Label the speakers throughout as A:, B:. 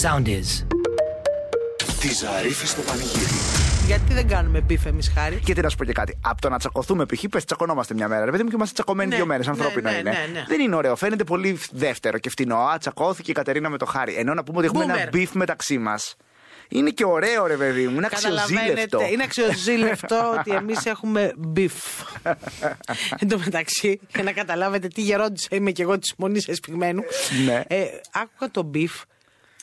A: Sound is.
B: Τη Ζαρίφη στο πανηγύρι.
C: Γιατί δεν κάνουμε μπιφ εμείς χάρη.
D: Γιατί να σου πω και κάτι. Από το να τσακωθούμε, π.χ. πες τσακωνόμαστε μια μέρα. Ρε παιδί μου και είμαστε τσακωμένοι
C: Ναι,
D: δύο μέρες.
C: ναι,
D: Ανθρώπινο
C: ναι,
D: είναι.
C: ναι, ναι.
D: Δεν είναι ωραίο. Φαίνεται πολύ δεύτερο και φτηνό. Α, τσακώθηκε η Κατερίνα με το χάρι. Ενώ να πούμε ότι έχουμε ένα
C: Boomer.
D: μπιφ μεταξύ μας. Είναι και ωραίο, ρε παιδί μου. Είναι αξιοζήλευτο.
C: Είναι αξιοζήλευτο ότι εμείς έχουμε μπιφ. Εν τω μεταξύ, για να καταλάβετε τι γερόντισα είμαι και εγώ της μονής εσπιγμένου.
D: Ναι.
C: Ε, άκουγα το μπιφ.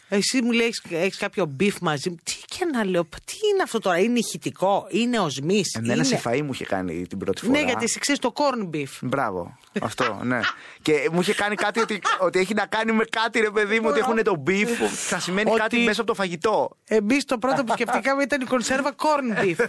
C: Εσύ μου λέει: Έχεις κάποιο μπιφ μαζί μου. Τι και να λέω, τι είναι αυτό τώρα, είναι ηχητικό, είναι οσμή. είναι...
D: Εμένα Ε, ναι, σε φαΐ μου είχε κάνει την πρώτη φορά.
C: Ναι, γιατί εσύ ξέρεις το corn beef.
D: Μπράβο. Αυτό, ναι. και μου είχε κάνει κάτι ότι, ότι έχει να κάνει με κάτι, ρε παιδί μου, ότι έχουν το beef. Θα σημαίνει
C: Ότι-
D: κάτι μέσα από το φαγητό.
C: Εμείς το πρώτο που σκεφτήκαμε ήταν η κονσέρβα corn beef.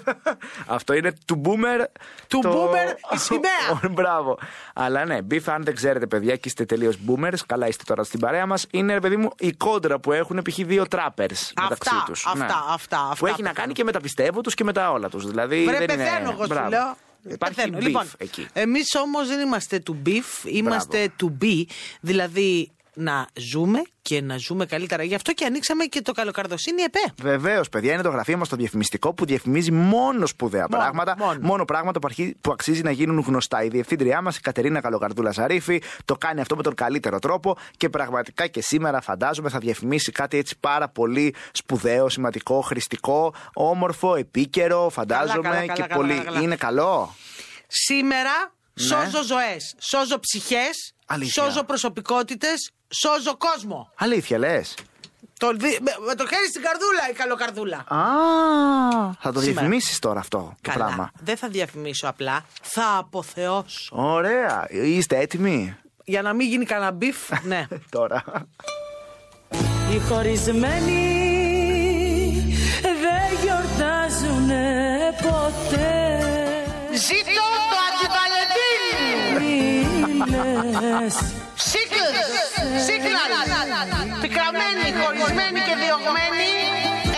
D: Αυτό είναι του boomer.
C: Του boomer η σημαία.
D: Μπράβο. Αλλά ναι, beef, αν δεν ξέρετε, παιδιά, και είστε τελείως boomers, καλά είστε τώρα στην παρέα μας, είναι, ρε παιδί μου, η κόντρα που έχουν π.χ. δύο trappers μεταξύ τους.
C: αυτά, αυτά, αυτά
D: Που έχει να
C: πεθαίνω.
D: κάνει και με τα πιστεύω τους και με τα όλα τους. Δηλαδή.
C: Βρε,
D: δεν
C: πεθαίνω,
D: είναι...
C: εγώ σου
D: Μπράβο.
C: λέω.
D: Υπάρχει
C: Πεθαίνω.
D: beef
C: Λοιπόν,
D: εκεί.
C: εμείς όμως δεν είμαστε του beef, είμαστε του be. Δηλαδή να ζούμε και να ζούμε καλύτερα. Γι' αυτό και ανοίξαμε και το καλοκαρδοσύνη ΕΠΕ.
D: Βεβαίως, παιδιά, είναι το γραφείο μας το διαφημιστικό που διαφημίζει μόνος σπουδαία
C: Μόνο,
D: πράγματα.
C: μόνο.
D: πράγματα που, αρχίζει- που αξίζει να γίνουν γνωστά. Η διευθύντριά μας, η Κατερίνα Καλογαρδούλα Σαρίφη, το κάνει αυτό με τον καλύτερο τρόπο και πραγματικά και σήμερα φαντάζομαι θα διαφημίσει κάτι έτσι πάρα πολύ σπουδαίο, σημαντικό, χρηστικό, όμορφο, επίκαιρο, φαντάζομαι
C: καλά, καλά,
D: και
C: καλά,
D: πολύ.
C: καλά, καλά.
D: Είναι καλό.
C: Σήμερα σώζω ζωές, σώζω ψυχές,
D: Ναι. Αλήθεια.
C: σώζω προσωπικότητες, σώζω κόσμο.
D: Αλήθεια λες.
C: Το, δι- με, με το χέρι στην καρδούλα η καλοκαρδούλα.
D: Α, θα το
C: Σήμερα.
D: διαφημίσεις τώρα αυτό το
C: Καλά.
D: πράγμα.
C: Δεν θα διαφημίσω απλά. Θα αποθεώσω.
D: Ωραία. Είστε έτοιμοι Ε,
C: Για να μην γίνει κανένα μπιφ, ναι.
D: τώρα.
E: Οι χωρισμένοι δεν γιορτάζουν ποτέ.
C: Ζήτω το αντιβαλεντίν!
E: Μήνες
C: Σύγκλαν! Πικραμένοι, χωρισμένοι και διωγμένοι,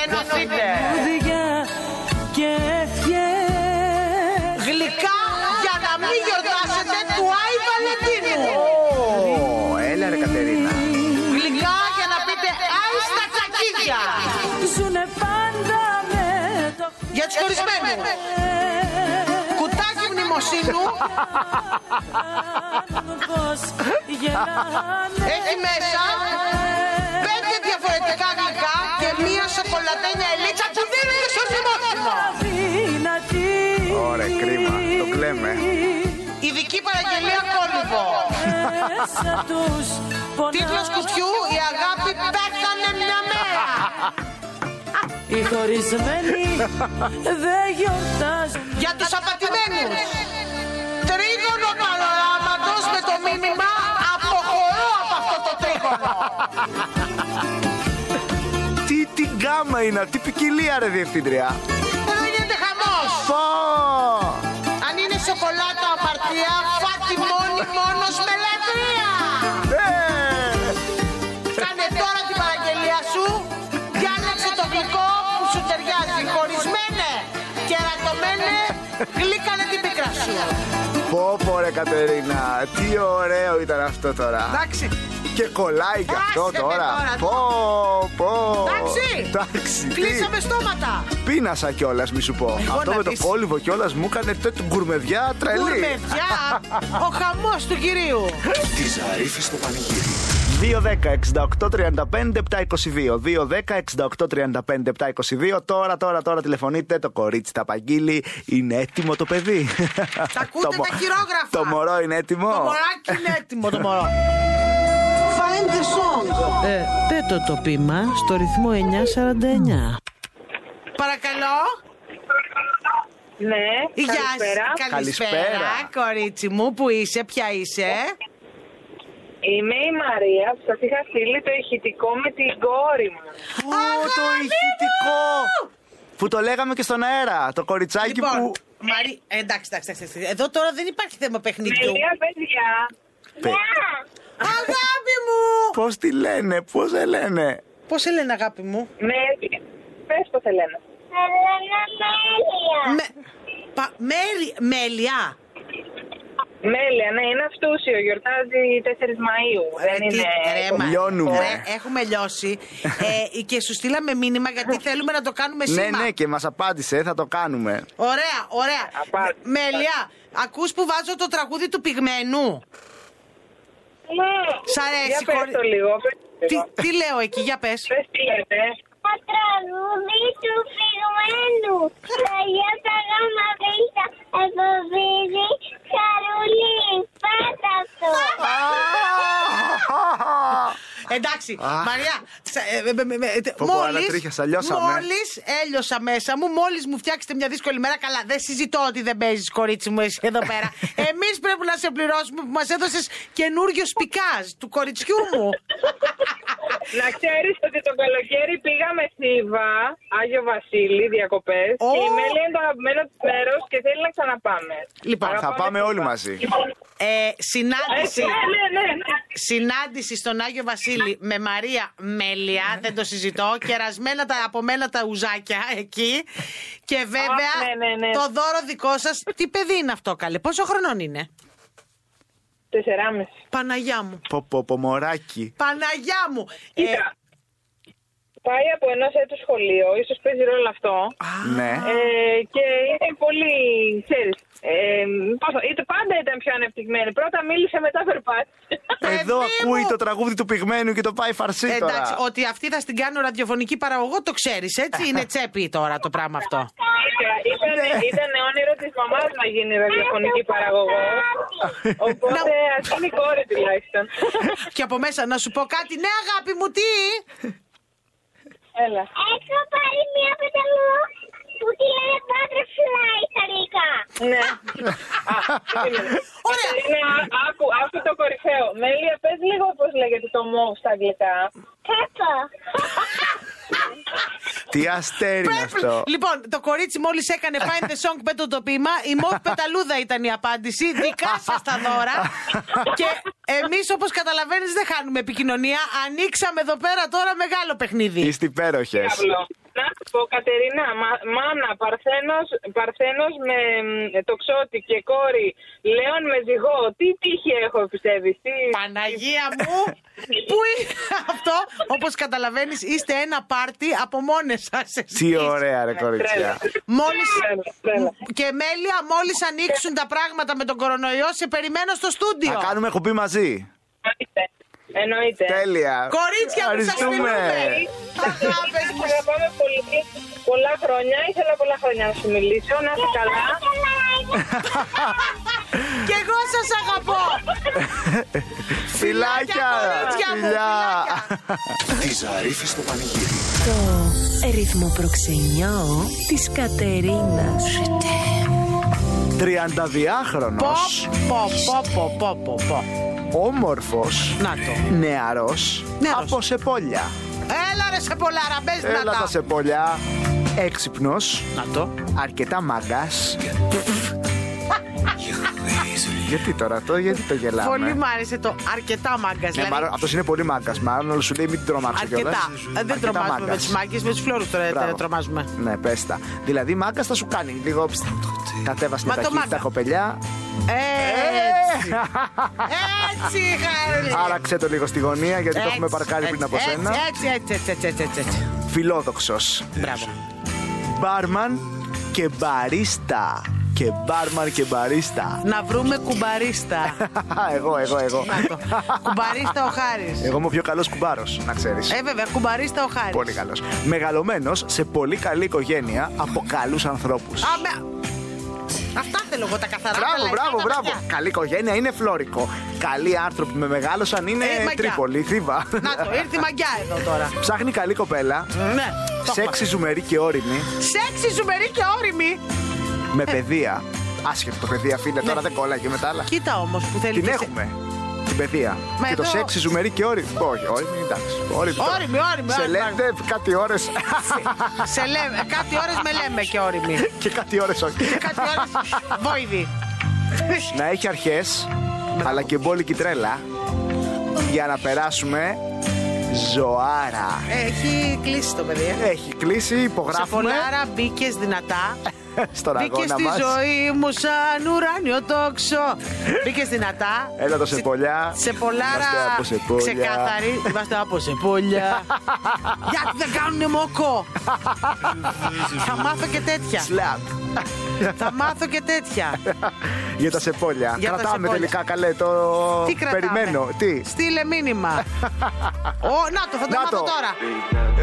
C: ενωθείτε!
E: πουδιά και ευχές.
C: Γλυκά για να μην γιορτάσετε του Άι Βαλεντίνου!
D: Ω, έλα ρε Κατερίνα.
C: Γλυκά για να πείτε Άι στα τσακίδια!
E: Ζουνε πάντα με το
C: Για τους χωρισμένους!
E: χθες.
C: Κουτάκι μνημοσύνου
E: Κάνουν πως γελάνε.
D: Ε,
C: έχει μέσα πέντε διαφορετικά γλυκά και μία σοκολατένια ελίτσα που δίνεται στο δημόσιο!
E: Αδύνατη.
D: Ωραία, κρίμα. Το κλαίμε.
C: Ειδική παραγγελία κόλυβο!
E: Μέσα τους
C: Τίτλος
E: πονά.
C: κουτιού «Η αγάπη πέθανε μια μέρα».
E: Οι χωρισμένοι δεν γιορτάζουν
C: Για τους απατημένους. Τρίγωνο παροράματος με το μήνυμα «Αποχωρώ από αυτό το τρίγωνο».
D: Τι, τι γκάμα είναι, αυτή, τι ποικιλία ρε διευθύντρια.
C: Εδώ γίνεται χαμός.
D: Πω!
C: Αν είναι σοκολάτα αμαρτία, φάτη μόνη μόνος με λατρεία.
D: Ε!
C: Κάνε τώρα την παραγγελία σου, διάλεξε το γλυκό που σου ταιριάζει. Χωρισμένε, κερατωμένε, γλύκανε την πίκρα σου.
D: Πω πω ρε Κατερίνα, τι ωραίο ήταν αυτό τώρα.
C: Εντάξει.
D: Και κολλάει και αυτό
C: Άσε με
D: τώρα.
C: τώρα,
D: Πω πω.
C: Εντάξει.
D: Εντάξει. τι.
C: Κλείσαμε στόματα.
D: Πίνασα κιόλας, μη σου πω.
C: Εγώ
D: Αυτό
C: να
D: με το
C: δεις.
D: κόλυβο κιόλας μου έκανε τέτοια γκουρμεδιά
C: Ε, ναι.
D: τρελή.
C: Κουρμεδιά, ο χαμός του κυρίου.
B: Τη Ζαρίφη στο πανηγύρι.
D: 2-10-68-35-7-22. Τώρα, τώρα, τώρα τηλεφωνείτε. Το κορίτσι τα παγγείλει. Είναι έτοιμο το παιδί.
C: Τα ακούτε
D: Το μο-
C: τα χειρόγραφα.
D: Το μωρό είναι έτοιμο.
C: Το μωράκι είναι έτοιμο το μωρό. Find the song.
E: Ε, πέτω το πείμα στο ρυθμό 949.
C: Παρακαλώ.
F: Ναι,
C: Ε, Γεια σου.
F: καλησπέρα.
D: Καλησπέρα.
C: κορίτσι μου. Πού είσαι, ποια είσαι.
F: Είμαι η Μαρία που σας είχα στείλει το ηχητικό με την κόρη μου.
D: Ω, το ηχητικό. Που το λέγαμε και στον αέρα. Το κοριτσάκι
C: Λοιπόν.
D: που.
C: Μαρί... ε, εντάξει, εντάξει, εντάξει. Εδώ τώρα δεν υπάρχει θέμα παιχνιδιού.
F: Τελεία, παιδιά.
D: Παι-
C: αγάπη μου!
D: Πώς τη λένε, πώς δεν λένε.
C: Πώς σε λένε, αγάπη μου.
F: Με... Πες πώς Ελένα.
C: Με... Πα... Μέλι... Μέλια.
F: Μέλια, ναι, είναι αυτούσιο. Γιορτάζει 4 Μαου. Δεν
C: τι-
F: είναι.
C: ρε, μα,
D: Λιώνουμε.
C: ρε, έχουμε λιώσει. ε, και σου στείλαμε μήνυμα γιατί θέλουμε να το κάνουμε
D: Ναι,
C: σήμα.
D: ναι, και μας απάντησε, θα το κάνουμε.
C: Ωραία, ωραία.
F: Απάντησα.
C: Με- Μέλια, ακούς που βάζω το τραγούδι του πυγμένου.
F: Ναι.
C: Σ' αρέσει,
F: Για πες
C: χωρί-
F: το λίγο. πες το λίγο.
C: Τι, τι λέω εκεί, για πες.
F: Πες τι λέτε.
A: Το τραγούδι του φυγμένου. Λόγια τα γάμα βίτα. Εποβίδι χαρούλι. Πάτα αυτό.
C: Εντάξει,
D: Αχ.
C: Μαριά, τσα- ε, με- με- με- τε-
D: Πω, πω, ανατρίχιασα, λιώσαμε.
C: μόλις έλειωσα μέσα μου, μόλις μου φτιάξετε μια δύσκολη μέρα, καλά, δεν συζητώ ότι δεν παίζεις κορίτσι μου εσύ εδώ πέρα. Εμείς πρέπει να σε πληρώσουμε που μας έδωσες καινούριο σπικάζ του κοριτσιού μου.
F: Να ξέρεις ότι το καλοκαίρι πήγαμε Θήβα, Άγιο Βασίλη, διακοπές.
C: Ω.
F: Και η Μέλια είναι το αγαπημένο της μέρος και θέλει να ξαναπάμε.
C: Λοιπόν,
D: Θα
F: Αγαπάμε
D: πάμε
F: Θήβα.
D: όλοι μαζί.
C: Ε,
F: Ε,
C: συνάντηση.
F: ναι, ναι, ναι, ναι.
C: Συνάντηση στον Άγιο Βασίλη με Μαρία
F: Ναι.
C: Μέλια, δεν το συζητώ, κερασμένα τα, από μένα τα ουζάκια εκεί. Και βέβαια
F: Αχ, ναι, ναι, ναι.
C: το δώρο δικό σας, τι παιδί είναι αυτό καλέ, πόσο χρονών είναι.
F: Τεσσεράμιση.
C: Παναγιά μου.
D: Πω, πω, πω, μωράκι.
C: Παναγιά μου. Ε,
F: Κοίτα. Ε, Πάει από ενό έτου σχολείο, ίσως παίζει ρόλο αυτό.
D: Ναι.
F: Ε, και είναι πολύ, ξέρεις, ε, πώς θα- είτε- πάντα ήταν πιο ανεπτυγμένη. Πρώτα μίλησε, μετά περπάτησε.
C: παιδί
D: Εδώ
C: μου.
D: ακούει το τραγούδι του πυγμένου και το πάει φαρσί
C: Ε, εντάξει,
D: τώρα.
C: ότι αυτή θα στην κάνω ραδιοφωνική παραγωγό, το ξέρεις έτσι. Είναι τσέπη τώρα το πράγμα αυτό.
F: ήταν, ήταν όνειρο της μαμάς να γίνει ραδιοφωνική
A: É
F: παραγωγός. Οπότε ας είναι η κόρη τουλάχιστον.
C: και από μέσα να σου πω κάτι. Ναι, αγάπη μου, τι.
F: Έλα.
A: Έχω πάρει μια πεταλού που τη λένε butterfly στα αγγλικά.
F: Ναι. Α, περίμενε.
C: Ωραία.
F: Κατερίνα, άκου, άκου το κορυφαίο. Μέλια, πες λίγο πώς λέγεται το μόβ στα αγγλικά.
A: Πέπα.
D: Τι αστέρι είναι
C: Πρέπει-
D: αυτό.
C: Λοιπόν, το κορίτσι μόλις έκανε Find the song πέτω το πείμα. Η Μόβ Πεταλούδα ήταν η απάντηση. Δικά σας τα δώρα. και εμείς, όπως καταλαβαίνεις, δεν χάνουμε επικοινωνία. Ανοίξαμε εδώ πέρα τώρα μεγάλο παιχνίδι.
D: Είστε υπέροχες.
F: Παύλο. Να σου πω, Κατερίνα, μα- μάνα, παρθένος, παρθένος με μ, τοξότη και κόρη, Λέων με ζυγό. Τι τύχη έχω, πιστεύεις. Τι...
C: Παναγία μου, πού είναι αυτό, όπως καταλαβαίνεις είστε ένα πάρτι από μόνες σας εσείς.
D: Τι ωραία, ρε κορίτσια.
C: Μόλις...
F: Τρέλα, τρέλα.
C: Και Μέλια, μόλις ανοίξουν τα πράγματα με τον κορονοϊό, σε περιμένω στο στούντιο.
D: Θα κάνουμε κουμπί μαζί.
F: Εννοείται. Εννοείται.
D: Τέλεια.
C: Κορίτσια μου, σας
D: Ευχαριστούμε.
C: φιλούμε. Τα αγάπες
F: Σας
C: μου.
F: Αγαπάμε πολύ. Πολλά χρόνια. Ήθελα πολλά χρόνια να σου μιλήσω. Να είσαι καλά.
C: Και εγώ σας αγαπώ.
D: Φιλάκια.
C: κορίτσια μου, φιλάκια.
B: Τη Ζαρίφη στο πανηγύρι.
G: Το ρυθμό προξενιό της Κατερίνας.
D: 32χρονο.
C: Πο, πο, πο, πο, πο, πο, πο.
D: Όμορφος.
C: Να το.
D: Νεαρός.
C: Νεαρός.
D: Από σεπόλια.
C: Έλα ρε σε πολλά ραμπές να
D: Έλα τα
C: τα.
D: σεπόλια. Έξυπνος.
C: Να το.
D: Ναι, Αρκετά μάγκας. γιατί τώρα το, γιατί το γελάμε.
C: Πολύ μου άρεσε το αρκετά μάγκας.
D: Ναι, μάλλον, αυτός είναι πολύ μάγκας, μάλλον αλλά σου λέει μην την τρομάξω κιόλας.
C: Αρκετά. Ε, Δεν τρομάζουμε με
D: μάγκας.
C: τις μάγκες, με τους φλόρους τώρα
D: Μπράβο.
C: δεν τρομάζουμε.
D: Ναι, πες τα. Δηλαδή μάγκας θα σου κάνει λίγο ψ, κατέβασε
C: Μα
D: τα
C: το
D: κύτταρα
C: μάγκα.
D: κοπελιά,
C: Έτσι. Έτσι, Χαρούλη.
D: άραξε το λίγο στη γωνία γιατί το
C: Ε. Έτσι,
D: έχουμε παρκάρει πριν
C: έτσι,
D: από
C: έτσι,
D: σένα.
C: Έτσι, έτσι, έτσι, έτσι, έτσι, έτσι, έτσι.
D: Φιλόδοξος.
C: Μπράβο.
D: Μπάρμαν και μπαρίστα. Και μπάρμαν και μπαρίστα.
C: Να βρούμε κουμπαρίστα.
D: εγώ, εγώ, εγώ.
C: Να το. κουμπαρίστα ο Χάρης.
D: εγώ είμαι ο πιο καλός κουμπάρος, να ξέρεις.
C: Ε, βέβαια, κουμπαρίστα ο Χάρης.
D: Πολύ καλός. Μεγαλωμένος σε πολύ καλή οικογένεια από καλούς ανθρώπους.
C: Αυτά θέλω εγώ τα καθαρά. τα
D: Μπράβο,
C: λαϊκά,
D: μπράβο,
C: τα
D: μπράβο.
C: βαθιά.
D: Καλή οικογένεια είναι φλόρικο. Καλοί άνθρωποι με μεγάλωσαν είναι
C: Ε, μαγιά.
D: Τρίπολη, Θήβα.
C: Να το, ήρθε η μαγκιά εδώ τώρα.
D: Ψάχνει καλή κοπέλα.
C: Ναι. το έχουμε.
D: Σεξι ζουμερή και όρημη.
C: Σεξι, ζουμερή και όρημη.
D: Με
C: Ε.
D: παιδεία. Άσχετο το παιδεία, φίλε, τώρα δεν κολλάει και με τα άλλα.
C: Κοίτα όμως που θέλει.
D: Την
C: και Ναι. σε-
D: έχουμε. Την παιδεία.
C: Μα
D: και το
C: εδώ-
D: σεξι ζουμερή και όρημη. Όχι, όρημη, εντάξει. Όρημη, τώρα.
C: Όρημη, όρημη,
D: Σε
C: όρημη,
D: λέτε κάτι ώρες.
C: Σε λέμε, κάτι ώρες με λέμε και όρημη.
D: και κάτι ώρες όχι.
C: Κάτι ώρες Βόηδη.
D: να έχει αρχές, αλλά και μπόλικη τρέλα. Για να περάσουμε Ζωάρα.
C: Έχει κλείσει το παιδί. ε.
D: Έχει κλείσει,
C: Σε
D: υπογράφουμε
C: φωλάρα μπήκες δυνατά.
D: στον
C: Μπήκες
D: αγώνα
C: στη
D: μας.
C: ζωή μου σαν ουράνιο τόξο. Μπήκες δυνατά.
D: Έλα το σε πολλιά.
C: Σε πολλάρα.
D: Είμαστε από σε πολλιά.
C: Ξεκάθαρη. Είμαστε από σε πολλιά. Γιατί δεν κάνουνε μόκο. Θα μάθω και τέτοια.
D: Σλαπ.
C: Θα μάθω και τέτοια.
D: Για τα σεπόλια.
C: Για τα
D: κρατάμε
C: σεπόλια.
D: τελικά καλέ το.
C: Τι κρατάμε.
D: Περιμένω. Τι.
C: Στείλε μήνυμα. Ω, να το, θα το
D: Να
C: μάθω
D: το.
C: τώρα.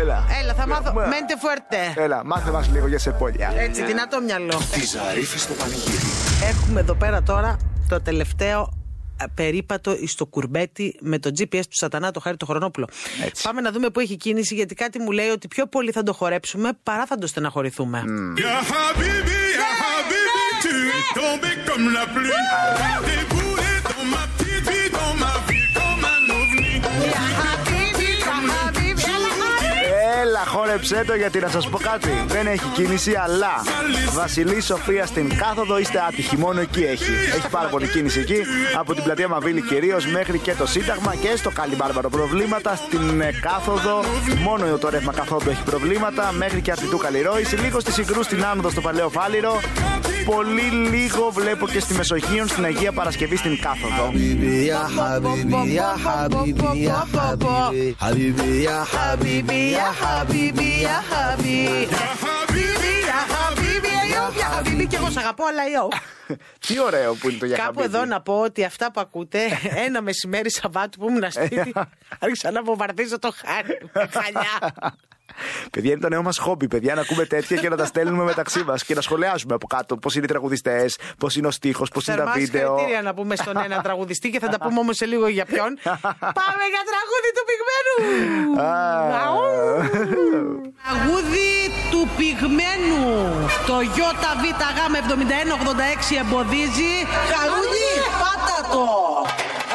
D: Έλα.
C: Έλα, θα μάθω.
D: Μα-
C: Μέντε φουέρτε.
D: Έλα, μάθε μας λίγο για σεπόλια.
C: Έτσι, δυνατό μυαλό.
B: Ε, Τη Ζαρίφη στο πανηγύρι.
C: Έχουμε εδώ πέρα τώρα το τελευταίο ε, περίπατο στο κουρμπέτι με το GPS του Σατανά, το Χάρη το Χρονόπουλο.
D: Έτσι.
C: Πάμε να δούμε πού έχει κίνηση, γιατί κάτι μου λέει ότι πιο πολύ θα το χορέψουμε παρά θα το στεναχωρηθούμε.
H: Ya habibi, ya habibi, tu es tombé comme la pluie. Tu es déboulé dans ma petite vie, dans ma vie, comme un ovni.
D: Έλα, χόρεψέ το γιατί να σας πω κάτι. Δεν έχει κίνηση, αλλά Βασιλή Σοφία στην κάθοδο είστε άτυχοι. Μόνο εκεί έχει. Έχει πάρα πολύ κίνηση εκεί. Από την πλατεία Μαβίλη κυρίως μέχρι και το Σύνταγμα και στο Καλυμπάρμπαρο προβλήματα. Στην ε, κάθοδο, μόνο το ρεύμα καθόδου έχει προβλήματα. Μέχρι και Αρτιτού Καλλιρόηση. Λίγο στη Συγκρού στην άνοδο στο Παλαιό Φάληρο. Πολύ λίγο βλέπω και στη Μεσογείων στην Αγία Παρασκευή στην κάθοδο.
H: Ya habibi, ya habibi,
C: Και εγώ σ' αγαπώ, αλλά ιό.
D: Τι ωραίο που είναι το για
C: Κάπου εδώ να πω ότι αυτά που ακούτε, ένα μεσημέρι Σαββάτου που ήμουν σπίτι, άρχισα να βομβαρδίζω το χάρι. μου. Χαλιά.
D: Παιδιά, είναι το νέο μας χόμπι, παιδιά, να ακούμε τέτοια και να τα στέλνουμε μεταξύ μας και να σχολιάζουμε από κάτω πώς είναι οι τραγουδιστές, πώς είναι ο στίχος, πώς είναι τα
C: Θερμά
D: βίντεο.
C: συγχαρητήρια να πούμε στον ένα τραγουδιστή και θα τα πούμε όμως σε λίγο για ποιον. Πάμε για τραγούδι του πυγμένου!
D: Α.
C: Αου. Τραγούδι του πυγμένου. Το ΙΒΓ7186 εμποδίζει. Χαρούνι, πάτα το!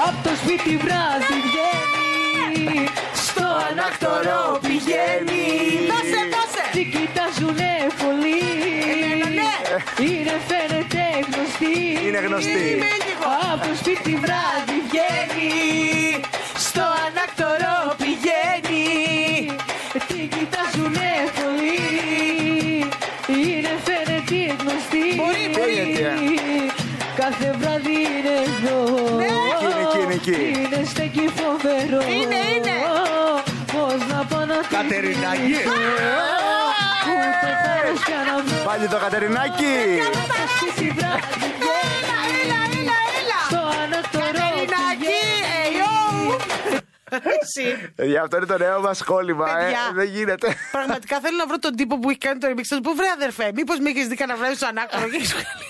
E: Απ' το σπίτι βράδυ βγαίνει, στο ανακτορό πηγαίνει.
C: Δώσε, δώσε! ναι.
E: Τι κοιτάζουνε πολύ, είναι φαίνεται γνωστή.
D: Είναι γνωστή.
C: Μείνει λίγο.
E: Από το σπίτι βράδυ βγαίνει, στο ανακτορό πηγαίνει. Τι κοιτάζουνε πολύ, είναι φαίνεται γνωστή.
C: Μπορεί,
D: μπορεί.
E: Κάθε βράδυ είναι εδώ.
C: Ναι.
D: Εκεί είναι, εκεί είναι, εκεί.
E: Είναι στέκει φοβερό.
C: Είναι, είναι.
E: Πώς να πάω να την
D: Κατερινάκη.
E: κρύψω. Ούτε θάρρος πια να βρω.
D: Πάλι το Κατερινάκι.
E: Το σπίτι βράδυ
C: Έλα, έλα, έλα,
E: στο
C: έλα!
E: ανατολό
C: Κατερινάκη,
E: πηγαίνει.
C: ελιό! Εσύ.
D: Παιδιά, αυτό είναι το νέο μα χόλλημα. ε.
C: Παιδιά.
D: Δεν γίνεται.
C: Πραγματικά θέλω να βρω τον τύπο που έχει κάνει το remix. Θα του πω, βρε αδερφέ, μήπω με έχει δει κανένα βράδυ στο ανάκορο και έχεις βγάλει».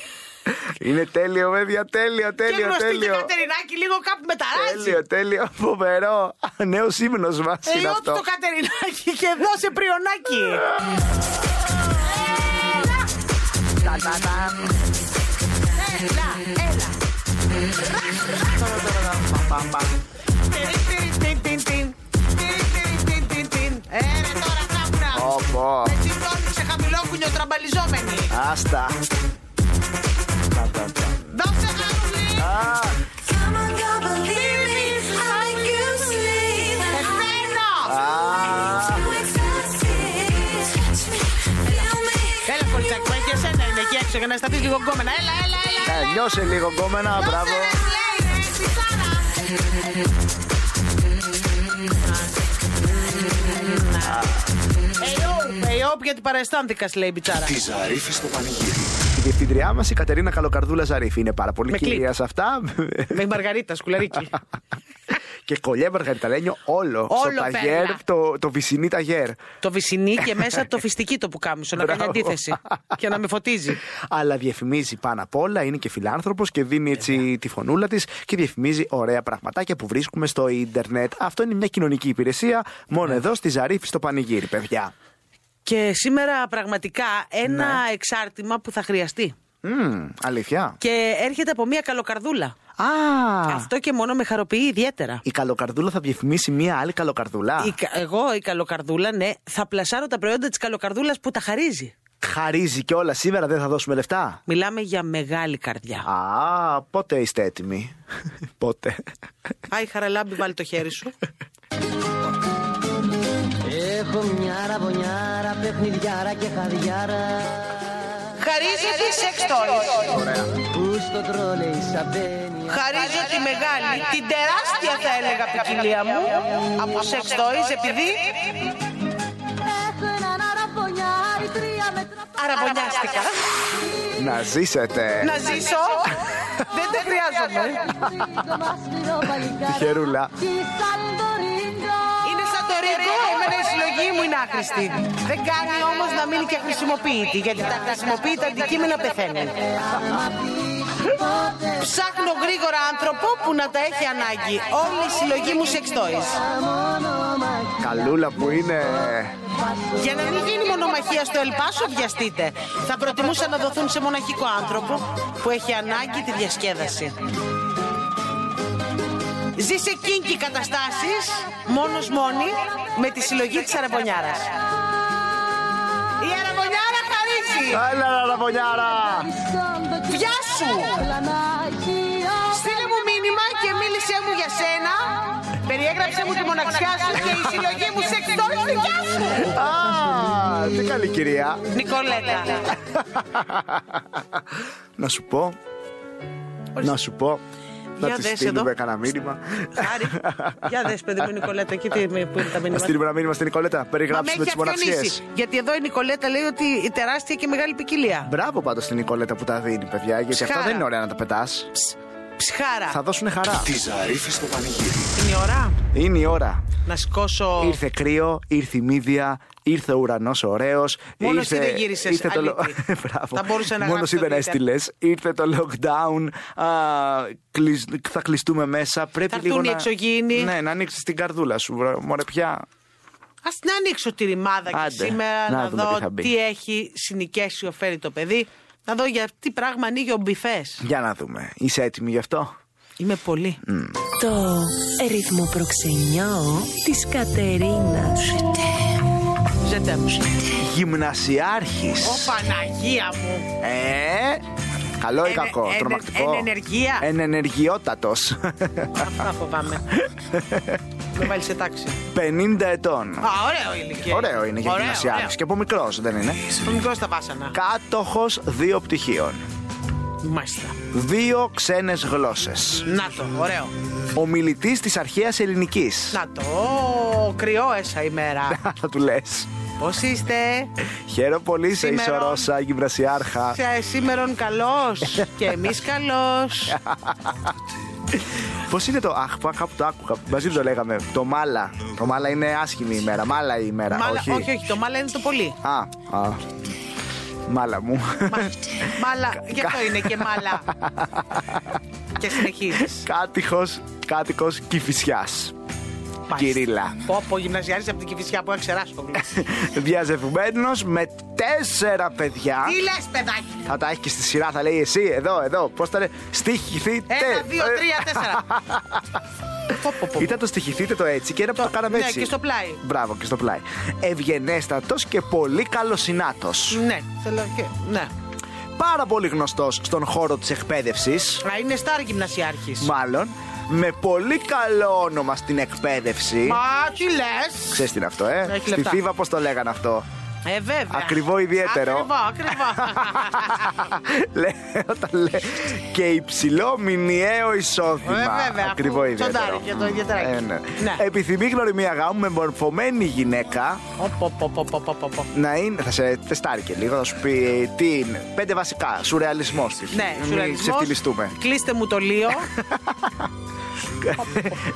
D: Είναι τέλειο, παιδιά, τέλειο,
C: Και
D: τέλειο,
C: γνωστή και
D: τέλειο.
C: Κατερινάκη, λίγο κάπου με ταράζει.
D: Τέλειο, τέλειο, φοβερό. Νέος ύμνος μας είναι
C: Ελιόπ
D: αυτό.
C: Ε, το Κατερινάκη και δώσε πριονάκι. Έρε τώρα τράμπρα.
D: Όπω.
C: Με τσιμπώνουν σε χαμηλό κουνιο τραμπαλιζόμενοι.
D: Άστα.
C: Δώσε χαρούλι.
D: Α,
C: Εσμένο.
D: α.
C: Έλα, κολτσάκι, που έχει εσένα είναι εκεί έξω για να σταθείς λίγο γκόμενα. Έλα, έλα, έλα.
D: Ε, Νιώσε λίγο κόμμενα, μπράβο.
C: Εϊόπ, oh, γιατί παραισθάνθηκα, λέει η μπιτσάρα.
B: Τη Ζαρίφη στο πανηγύρι.
D: Η διευθυντριά μας, η Κατερίνα Καλοκαρδούλα Ζαρίφη, είναι πάρα πολύ
C: Με κλικ.
D: κυρία σε αυτά.
C: Με η Μαργαρίτα, σκουλαρίκι.
D: και κολλιέ μαργαριταλένιο όλο.
C: Όλο
D: στο
C: πέρα.
D: ταγέρ, το, το βυσινί ταγέρ.
C: το βυσινί και μέσα το φιστική το που κάμισο, να κάνει
D: Μπράβο.
C: αντίθεση. Και να με φωτίζει.
D: Αλλά διαφημίζει πάνω απ' όλα, είναι και φιλάνθρωπος και δίνει έτσι τη φωνούλα της και διαφημίζει ωραία πραγματάκια που βρίσκουμε στο ίντερνετ. Αυτό είναι μια κοινωνική υπηρεσία,
C: Ναι.
D: μόνο εδώ στη Ζαρίφη στο πανηγύρι, παιδιά.
C: Και σήμερα πραγματικά ένα
D: Ναι.
C: εξάρτημα που θα χρειαστεί.
D: Μμμ, αλήθεια.
C: Και έρχεται από μία καλοκαρδούλα.
D: Α,
C: Αυτό και μόνο με χαροποιεί ιδιαίτερα.
D: η καλοκαρδούλα θα διαφημίσει μία άλλη καλοκαρδούλα.
C: Η κα- εγώ η καλοκαρδούλα, ναι, θα πλασάρω τα προϊόντα της καλοκαρδούλας που τα χαρίζει.
D: Χαρίζει και όλα σήμερα, δεν θα δώσουμε λεφτά.
C: Μιλάμε για μεγάλη καρδιά.
D: Α, πότε είστε έτοιμοι. πότε.
C: Άι, χαραλάμπη, βάλει το χέρι σου.
G: Κομιάρα, βονιάρα, παιχνιδιάρα και χαδιάρα
C: Χαρίζεται η σεξ toys.
G: Που στο τρόλεϊ σαν μπαίνει
C: Χαρίζω τη μεγάλη, την τεράστια θα έλεγα ποικιλία μου από σεξ toys επειδή
I: Έχω έναν αραπονιάρι τρία μέτρα
C: αραβωνιάστηκα.
D: Να ζήσετε.
C: Να ζήσω. Δεν τα χρειάζομαι.
I: σύντομα σκληρό παλικάρι
D: Χερούλα.
I: Κι σαν το ρίγκο
C: Είναι σαν το ρίγκο, εμένα η συλλογή μου είναι άχρηστη. Δεν κάνει όμως να μείνει και χρησιμοποιητή, γιατί τα χρησιμοποιητά αντικείμενα πεθαίνουν. Ψάχνω γρήγορα άνθρωπο που να τα έχει ανάγκη. Όλη η συλλογή μου σεξ toys.
D: Καλούλα που είναι.
C: Για να μην γίνει μονομαχία στο Ελπάσο, βιαστείτε. Θα προτιμούσα να δοθούν σε μοναχικό άνθρωπο που έχει ανάγκη τη διασκέδαση. Ζήσε κίνκι καταστάσεις, μόνος μόνη, με τη συλλογή της Αραβωνιάρας. Η Αραβωνιάρα χαρίζει!
D: Έλα, Ραβωνιάρα!
C: Γεια σου! Στείλε μου μήνυμα και μίλησέ μου για σένα. Περιέγραψε μου τη μοναξιά σου και η συλλογή μου σε εκτός δικιά σου.
D: Α, τι καλή κυρία.
C: Νικολέτα.
D: να σου πω. Να σου πω.
C: Για
D: Να της
C: δες
D: στείλουμε
C: εδώ.
D: κανένα μήνυμα.
C: Χάρη. Για δες παιδί μου Νικολέτα, εκεί τι, με- που είναι τα
D: Να
C: μήνυμα.
D: στείλουμε ένα μήνυμα στην Νικολέτα.
C: Μα με
D: Περιγράψουμε
C: έχει
D: τις μοναξιές.
C: αφιονίσει. Γιατί εδώ η Νικολέτα λέει ότι η τεράστια και μεγάλη ποικιλία.
D: Μπράβο πάντως στην Νικολέτα που τα δίνει, παιδιά, γιατί αυτά
C: Ψυχάρα.
D: δεν είναι ωραία να τα πετάς.
C: Ψυχάρα.
D: Θα δώσουν χαρά.
B: Τη Ζαρίφη στο πανηγύρι.
C: Είναι η ώρα
D: Είναι η ώρα.
C: να σηκώσω.
D: Ήρθε κρύο, ήρθε η μύδια, ήρθε ο ουρανός ωραίος.
C: Μόνος εσύ δεν γύρισες, αλήτη.
D: Μπράβο.
C: Θα μπορούσε να
D: Μόνος
C: γράψει
D: εσύ
C: το
D: δεν
C: Twitter.
D: έστειλες. Ήρθε το lockdown. Α, κλεισ- Θα κλειστούμε μέσα. Πρέπει
C: έρθουν
D: λίγο
C: οι
D: να...
C: εξωγήινοι.
D: Ναι, να ανοίξεις την καρδούλα σου. βρε, Μωρέ, πια.
C: Ας να ανοίξω τη ρημάδα και
D: Άντε,
C: σήμερα
D: να
C: να,
D: δούμε
C: δω
D: τι θα μπει.
C: τι έχει συνοικέσει ο Φέρι το παιδί. Να δω για τι πράγμα ανοίγει ο μπιφές.
D: Για να δούμε. Είσαι έτοιμη γι' αυτό.
C: Είμαι πολύ.
G: Το ρυθμό προξενιό της Κατερίνας
C: Ζέτε μου.
D: Γυμνασιάρχης.
C: Ω Παναγία μου.
D: Ε, καλό ή
C: Εν-
D: κακό,
C: εν-
D: τρομακτικό. Ε,
C: εν ενεργεία.
D: Εν ενεργειότατος.
C: Αυτά φοβάμαι. Με βάλεις σε τάξη.
D: 50 ετών.
C: Α, ε, ωραίο ηλικία.
D: Ωραίο είναι για γυμνασιάρχη. Και από μικρός δεν είναι.
C: Ο μικρός τα βάσανα.
D: Κάτοχος δύο πτυχίων.
C: Μάλιστα.
D: Δύο ξένες γλώσσες.
C: Να το, ωραίο.
D: Ομιλητή της αρχαίας ελληνικής.
C: Να το. Ω, Κρυό έσα ημέρα.
D: Θα του λες.
C: Πώς είστε,
D: Χαίρομαι πολύ σε
C: Σήμερα.
D: ισορόσα, γυμνασιάρχα.
C: σε σήμερον καλός και εμείς καλός.
D: Πώς είναι το. Αχ, πα- κάπου το άκουγα. Μαζί το λέγαμε. Το μάλα. Το μάλα είναι άσχημη ημέρα. Μάλα η ημέρα.
C: όχι. όχι, το μάλα είναι το πολύ.
D: Α, α. Μάλα μου.
C: Μάλα, γι' αυτό είναι και μάλα. και συνεχίζεις.
D: Κάτυχος, κάτοικος Κηφισιάς. Κυρίλα.
C: Πόπο γυμνασιάρης από την κυφισιά που έξερα στο
D: Διαζευμένος με τέσσερα παιδιά.
C: Τι λες, παιδάκι.
D: Θα τα έχεις και στη σειρά, θα λέει εσύ, εδώ, εδώ. Πώς θα είναι. Στοιχηθείτε.
C: Ένα, δύο, τρία, τέσσερα. Πω, πω, πω.
D: ε, Ήταν το στοιχηθείτε το έτσι και ένα που το κάναμε
C: ναι,
D: έτσι.
C: και στο πλάι.
D: Μπράβο, και στο πλάι. Ευγενέστατος και πολύ καλοσυνάτος.
C: Ναι, θέλω και. Ναι.
D: Πάρα πολύ γνωστός στον χώρο της εκπαίδευσης.
C: Α, είναι στάρ γυμνασιάρχης.
D: Μάλλον. Με πολύ καλό όνομα στην εκπαίδευση.
C: Μα τι λες.
D: Ξέρεις τι είναι αυτό, ε.
C: Έχει
D: Στη
C: λεφτά.
D: Θήβα πώς το λέγανε αυτό.
C: Ε, βέβαια.
D: Ακριβό ιδιαίτερο.
C: Ακριβό, ακριβό.
D: Λέ- όταν λέ- και υψηλό μηνιαίο εισόδημα.
C: Ε, βέβαια, αφού
D: Ακριβό ιδιαίτερο.
C: τσοντάρει και το ιδιαίτεράκι.
D: ναι.
C: Ναι.
D: Επιθυμεί γνωριμία γάμου με μορφωμένη γυναίκα
C: Ω, πω, πω, πω, πω, πω, πω, πω.
D: να είναι. Θα σε τεστάρει και λίγο, θα σου πει ε, τι είναι. Πέντε βασικά. Σουρεαλισμός της.
C: Ναι,
D: Μην
C: σουρεαλισμός.
D: ξεφτυλιστούμε.
C: Κλείστε μου το λίο.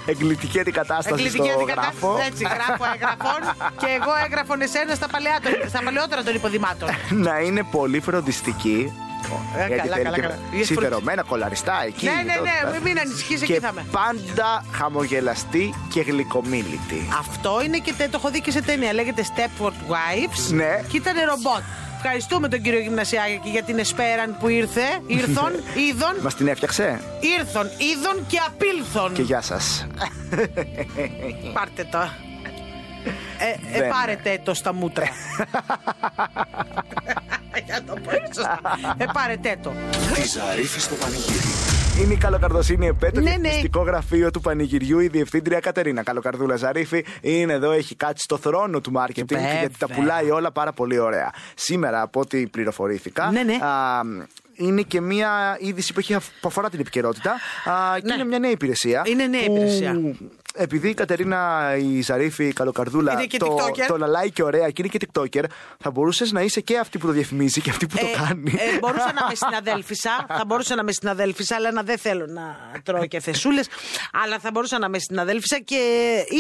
D: Εγκλητική αντικατάσταση στο
C: Εγκλητική
D: γράφο.
C: αντικατάσταση. Ε, Έτσι, γράφω εγγραφών και εγώ έγραφων εσένα στα, παλαιά, των- στα παλαιότερα των υποδημάτων.
D: να είναι πολύ φροντιστική.
C: Ε,
D: Γιατί
C: καλά,
D: θέλει
C: καλά,
D: και
C: καλά.
D: Σιδερωμένα, κολαριστά εκεί.
C: Ναι, ναι,
D: εδώ,
C: ναι,
D: δηλαδή.
C: μην ανησυχείς, εκεί
D: Και
C: θα είμαι.
D: πάντα χαμογελαστή και γλυκομίλητη.
C: Αυτό είναι και τε- το έχω δει και σε ταινία. Λέγεται Stepford Wives.
D: Ναι.
C: Και ήταν ρομπότ. Ευχαριστούμε τον κύριο Γυμνασιάκη για την εσπέραν που ήρθε. Ήρθον, είδον,
D: Μας την έφτιαξε.
C: ήρθον, είδον και απήλθον.
D: Και γεια σας.
C: Πάρτε το. Ε, ε,
D: Δεν.
C: πάρετε το στα μούτρα. Για να το πω σωστά. Ε, πάρετε το.
B: Τη Ζαρίφη στο πανηγύρι.
D: Είναι η Καλοκαρδοσύνη ΕΠΕ, το
C: Ναι, ναι.
D: διευθυντικό γραφείο του Πανηγυριού, η διευθύντρια Κατερίνα Καλοκαρδούλα Ζαρίφη. Είναι εδώ, έχει κάτσει στο θρόνο του μάρκετινγκ,
C: Βέβαια.
D: γιατί τα πουλάει όλα πάρα πολύ ωραία. Σήμερα, από ό,τι πληροφορήθηκα,
C: Ναι, ναι.
D: α, είναι και μία είδηση που, έχει, αφ- που αφορά την επικαιρότητα α, και
C: Ναι.
D: είναι μια νέα υπηρεσία.
C: Είναι νέα
D: που-
C: υπηρεσία.
D: Επειδή η Κατερίνα η Ζαρίφη η Καλοκαρδούλα
C: Είναι και
D: το,
C: TikToker.
D: το λαλάει και ωραία και είναι και TikToker, θα μπορούσες να είσαι και αυτή που το διαφημίζει και αυτή που το κάνει.
C: ε, μπορούσα να με συναδέλφισα. θα μπορούσα να με συναδέλφισα, αλλά να δεν θέλω να τρώω και θεσούλες. αλλά θα μπορούσα να με συναδέλφισα και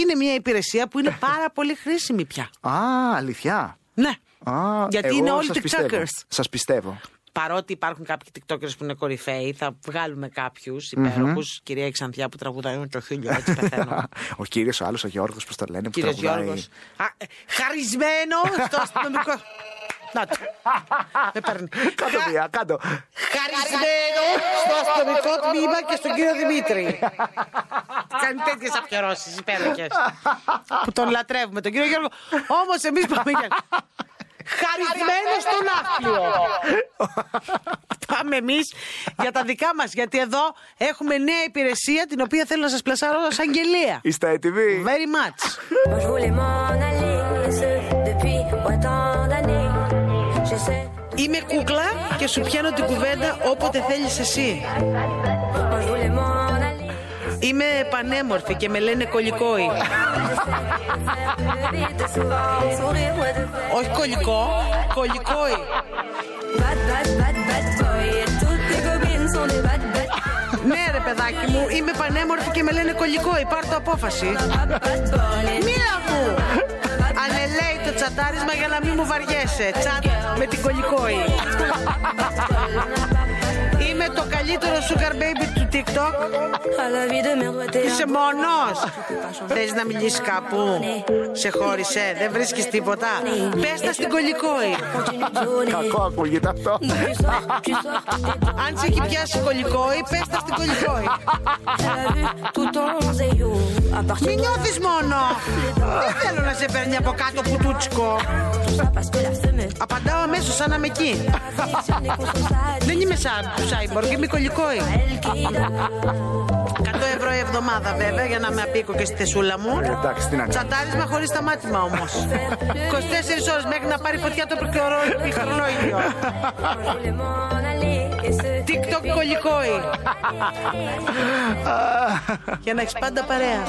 C: είναι μια υπηρεσία που είναι πάρα πολύ χρήσιμη πια.
D: Α, αλήθεια.
C: Ναι.
D: Α,
C: Γιατί
D: εγώ
C: είναι όλοι
D: σας πιστεύω.
C: TikTokers.
D: Σας πιστεύω.
C: Παρότι υπάρχουν κάποιοι TikTokers που είναι κορυφαίοι, θα βγάλουμε κάποιους υπέροχους. Κυρία Εξανθιά που τραγουδάει με το χίλιο, έτσι πεθαίνω.
D: ο κύριος ο άλλος, ο Γιώργος, πώς το λένε, που
C: Κύριος
D: τραγουδάει.
C: Γιώργος. ε, Χαρισμένο στο αστυνομικό. Να το. Με παίρνει.
D: Κάτω,
C: Χα-
D: Βία, κάτω.
C: Χαρισμένο στο αστυνομικό τμήμα και στον κύριο Δημήτρη. Κάνει τέτοιες αφιερώσεις υπέροχες. Που τον λατρεύουμε, τον κύριο Γιώργο. Όμως εμείς πάμε για. Χαρισμένος στο ναύπλιο. Πάμε εμείς για τα δικά μας. Γιατί εδώ έχουμε νέα υπηρεσία την οποία θέλω να σας πλασάρω ως αγγελία.
D: Είστε έτοιμοι.
C: Very much.
J: Moi je voulais m'en aller, et ce, depuis autant d'années. J'essaie,
C: Είμαι κούκλα και σου πιάνω την κουβέντα όποτε θέλεις εσύ.
J: moi je voulais m'en aller.
C: Είμαι πανέμορφη και με λένε κολικόη.
J: Le vide de souvent, sourire ou de faire.
C: Όχι κολικό, κολικόη.
J: Bad, bad, bad, bad boy. Et toutes les gobines sont des bad, bad boys.
C: ναι ρε παιδάκι μου, είμαι πανέμορφη και με λένε κολικόη. Πάρ' το απόφαση.
J: Bad, bad boy.
C: Μίλα μου! Ανελέει το τσαντάρισμα για να μην μου βαριέσαι. Τσαντ με την κολικόη. Είμαι το καλύτερο sugar baby του TikTok.
J: À la vie de miroiter.
C: Είσαι μόνος. Θες να μιλήσεις κάπου. Σε χώρισε, δεν βρίσκεις τίποτα.
J: Ναι.
C: Πες τα στην κολικόη.
J: Continue de journée.
D: Κακό ακούγεται αυτό.
J: Tu sors, tu sors, t'es pas
C: Αν σε έχει πιάσει κολικόη, πες τα στην κολικόη.
J: à la vue, tout en zéro. À partir
C: Μην νιώθεις μόνο. δεν θέλω να σε παίρνει από κάτω κουτούτσικο.
J: de tout ça, parce que la femme est
C: Απαντάω αμέσως σαν να είμαι εκεί.
J: affectionnée contre ça.
C: δεν είμαι σαν σάιμποργκ, είμαι κολικόη.
J: Elle qui donne.
C: 100 ευρώ η εβδομάδα βέβαια για να με απίκω και στη θεσούλα μου.
D: Εντάξει, τι να κάνω.
C: Τσατάρισμα χωρίς σταμάτημα όμω. 24 ώρες μέχρι να πάρει φωτιά το πληκτρολό- πληκτρολόγιο.
J: Je voulais m'en aller et ce
C: TikTok κολικόη. για να έχεις πάντα παρέα.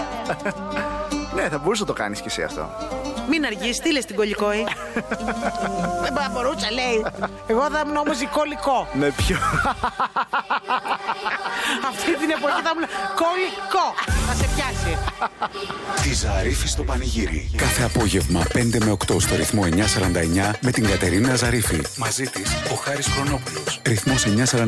D: Ναι, θα μπορούσε να το κάνεις κι εσύ αυτό.
C: Μην αργείς, στείλε την κολικόη. Δεν θα μπορούσα, λέει. Εγώ θα ήμουν όμως η κολικό.
D: Με ποιο.
C: Αυτή την εποχή θα ήμουν κολικό. Θα σε πιάσει.
B: Τη Ζαρίφη στο πανηγύρι.
H: Κάθε απόγευμα 5 με 8 στο ρυθμό 949 με την Κατερίνα Ζαρίφη. Μαζί της ο Χάρης Χρονόπουλος. Ρυθμός 949.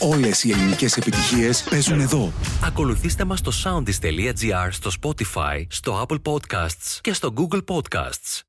H: Όλες οι ελληνικές επιτυχίες παίζουν εδώ.
K: Ακολουθήστε μας στο soundis.gr, στο Spotify, στο Apple Podcasts και στο Google Podcasts.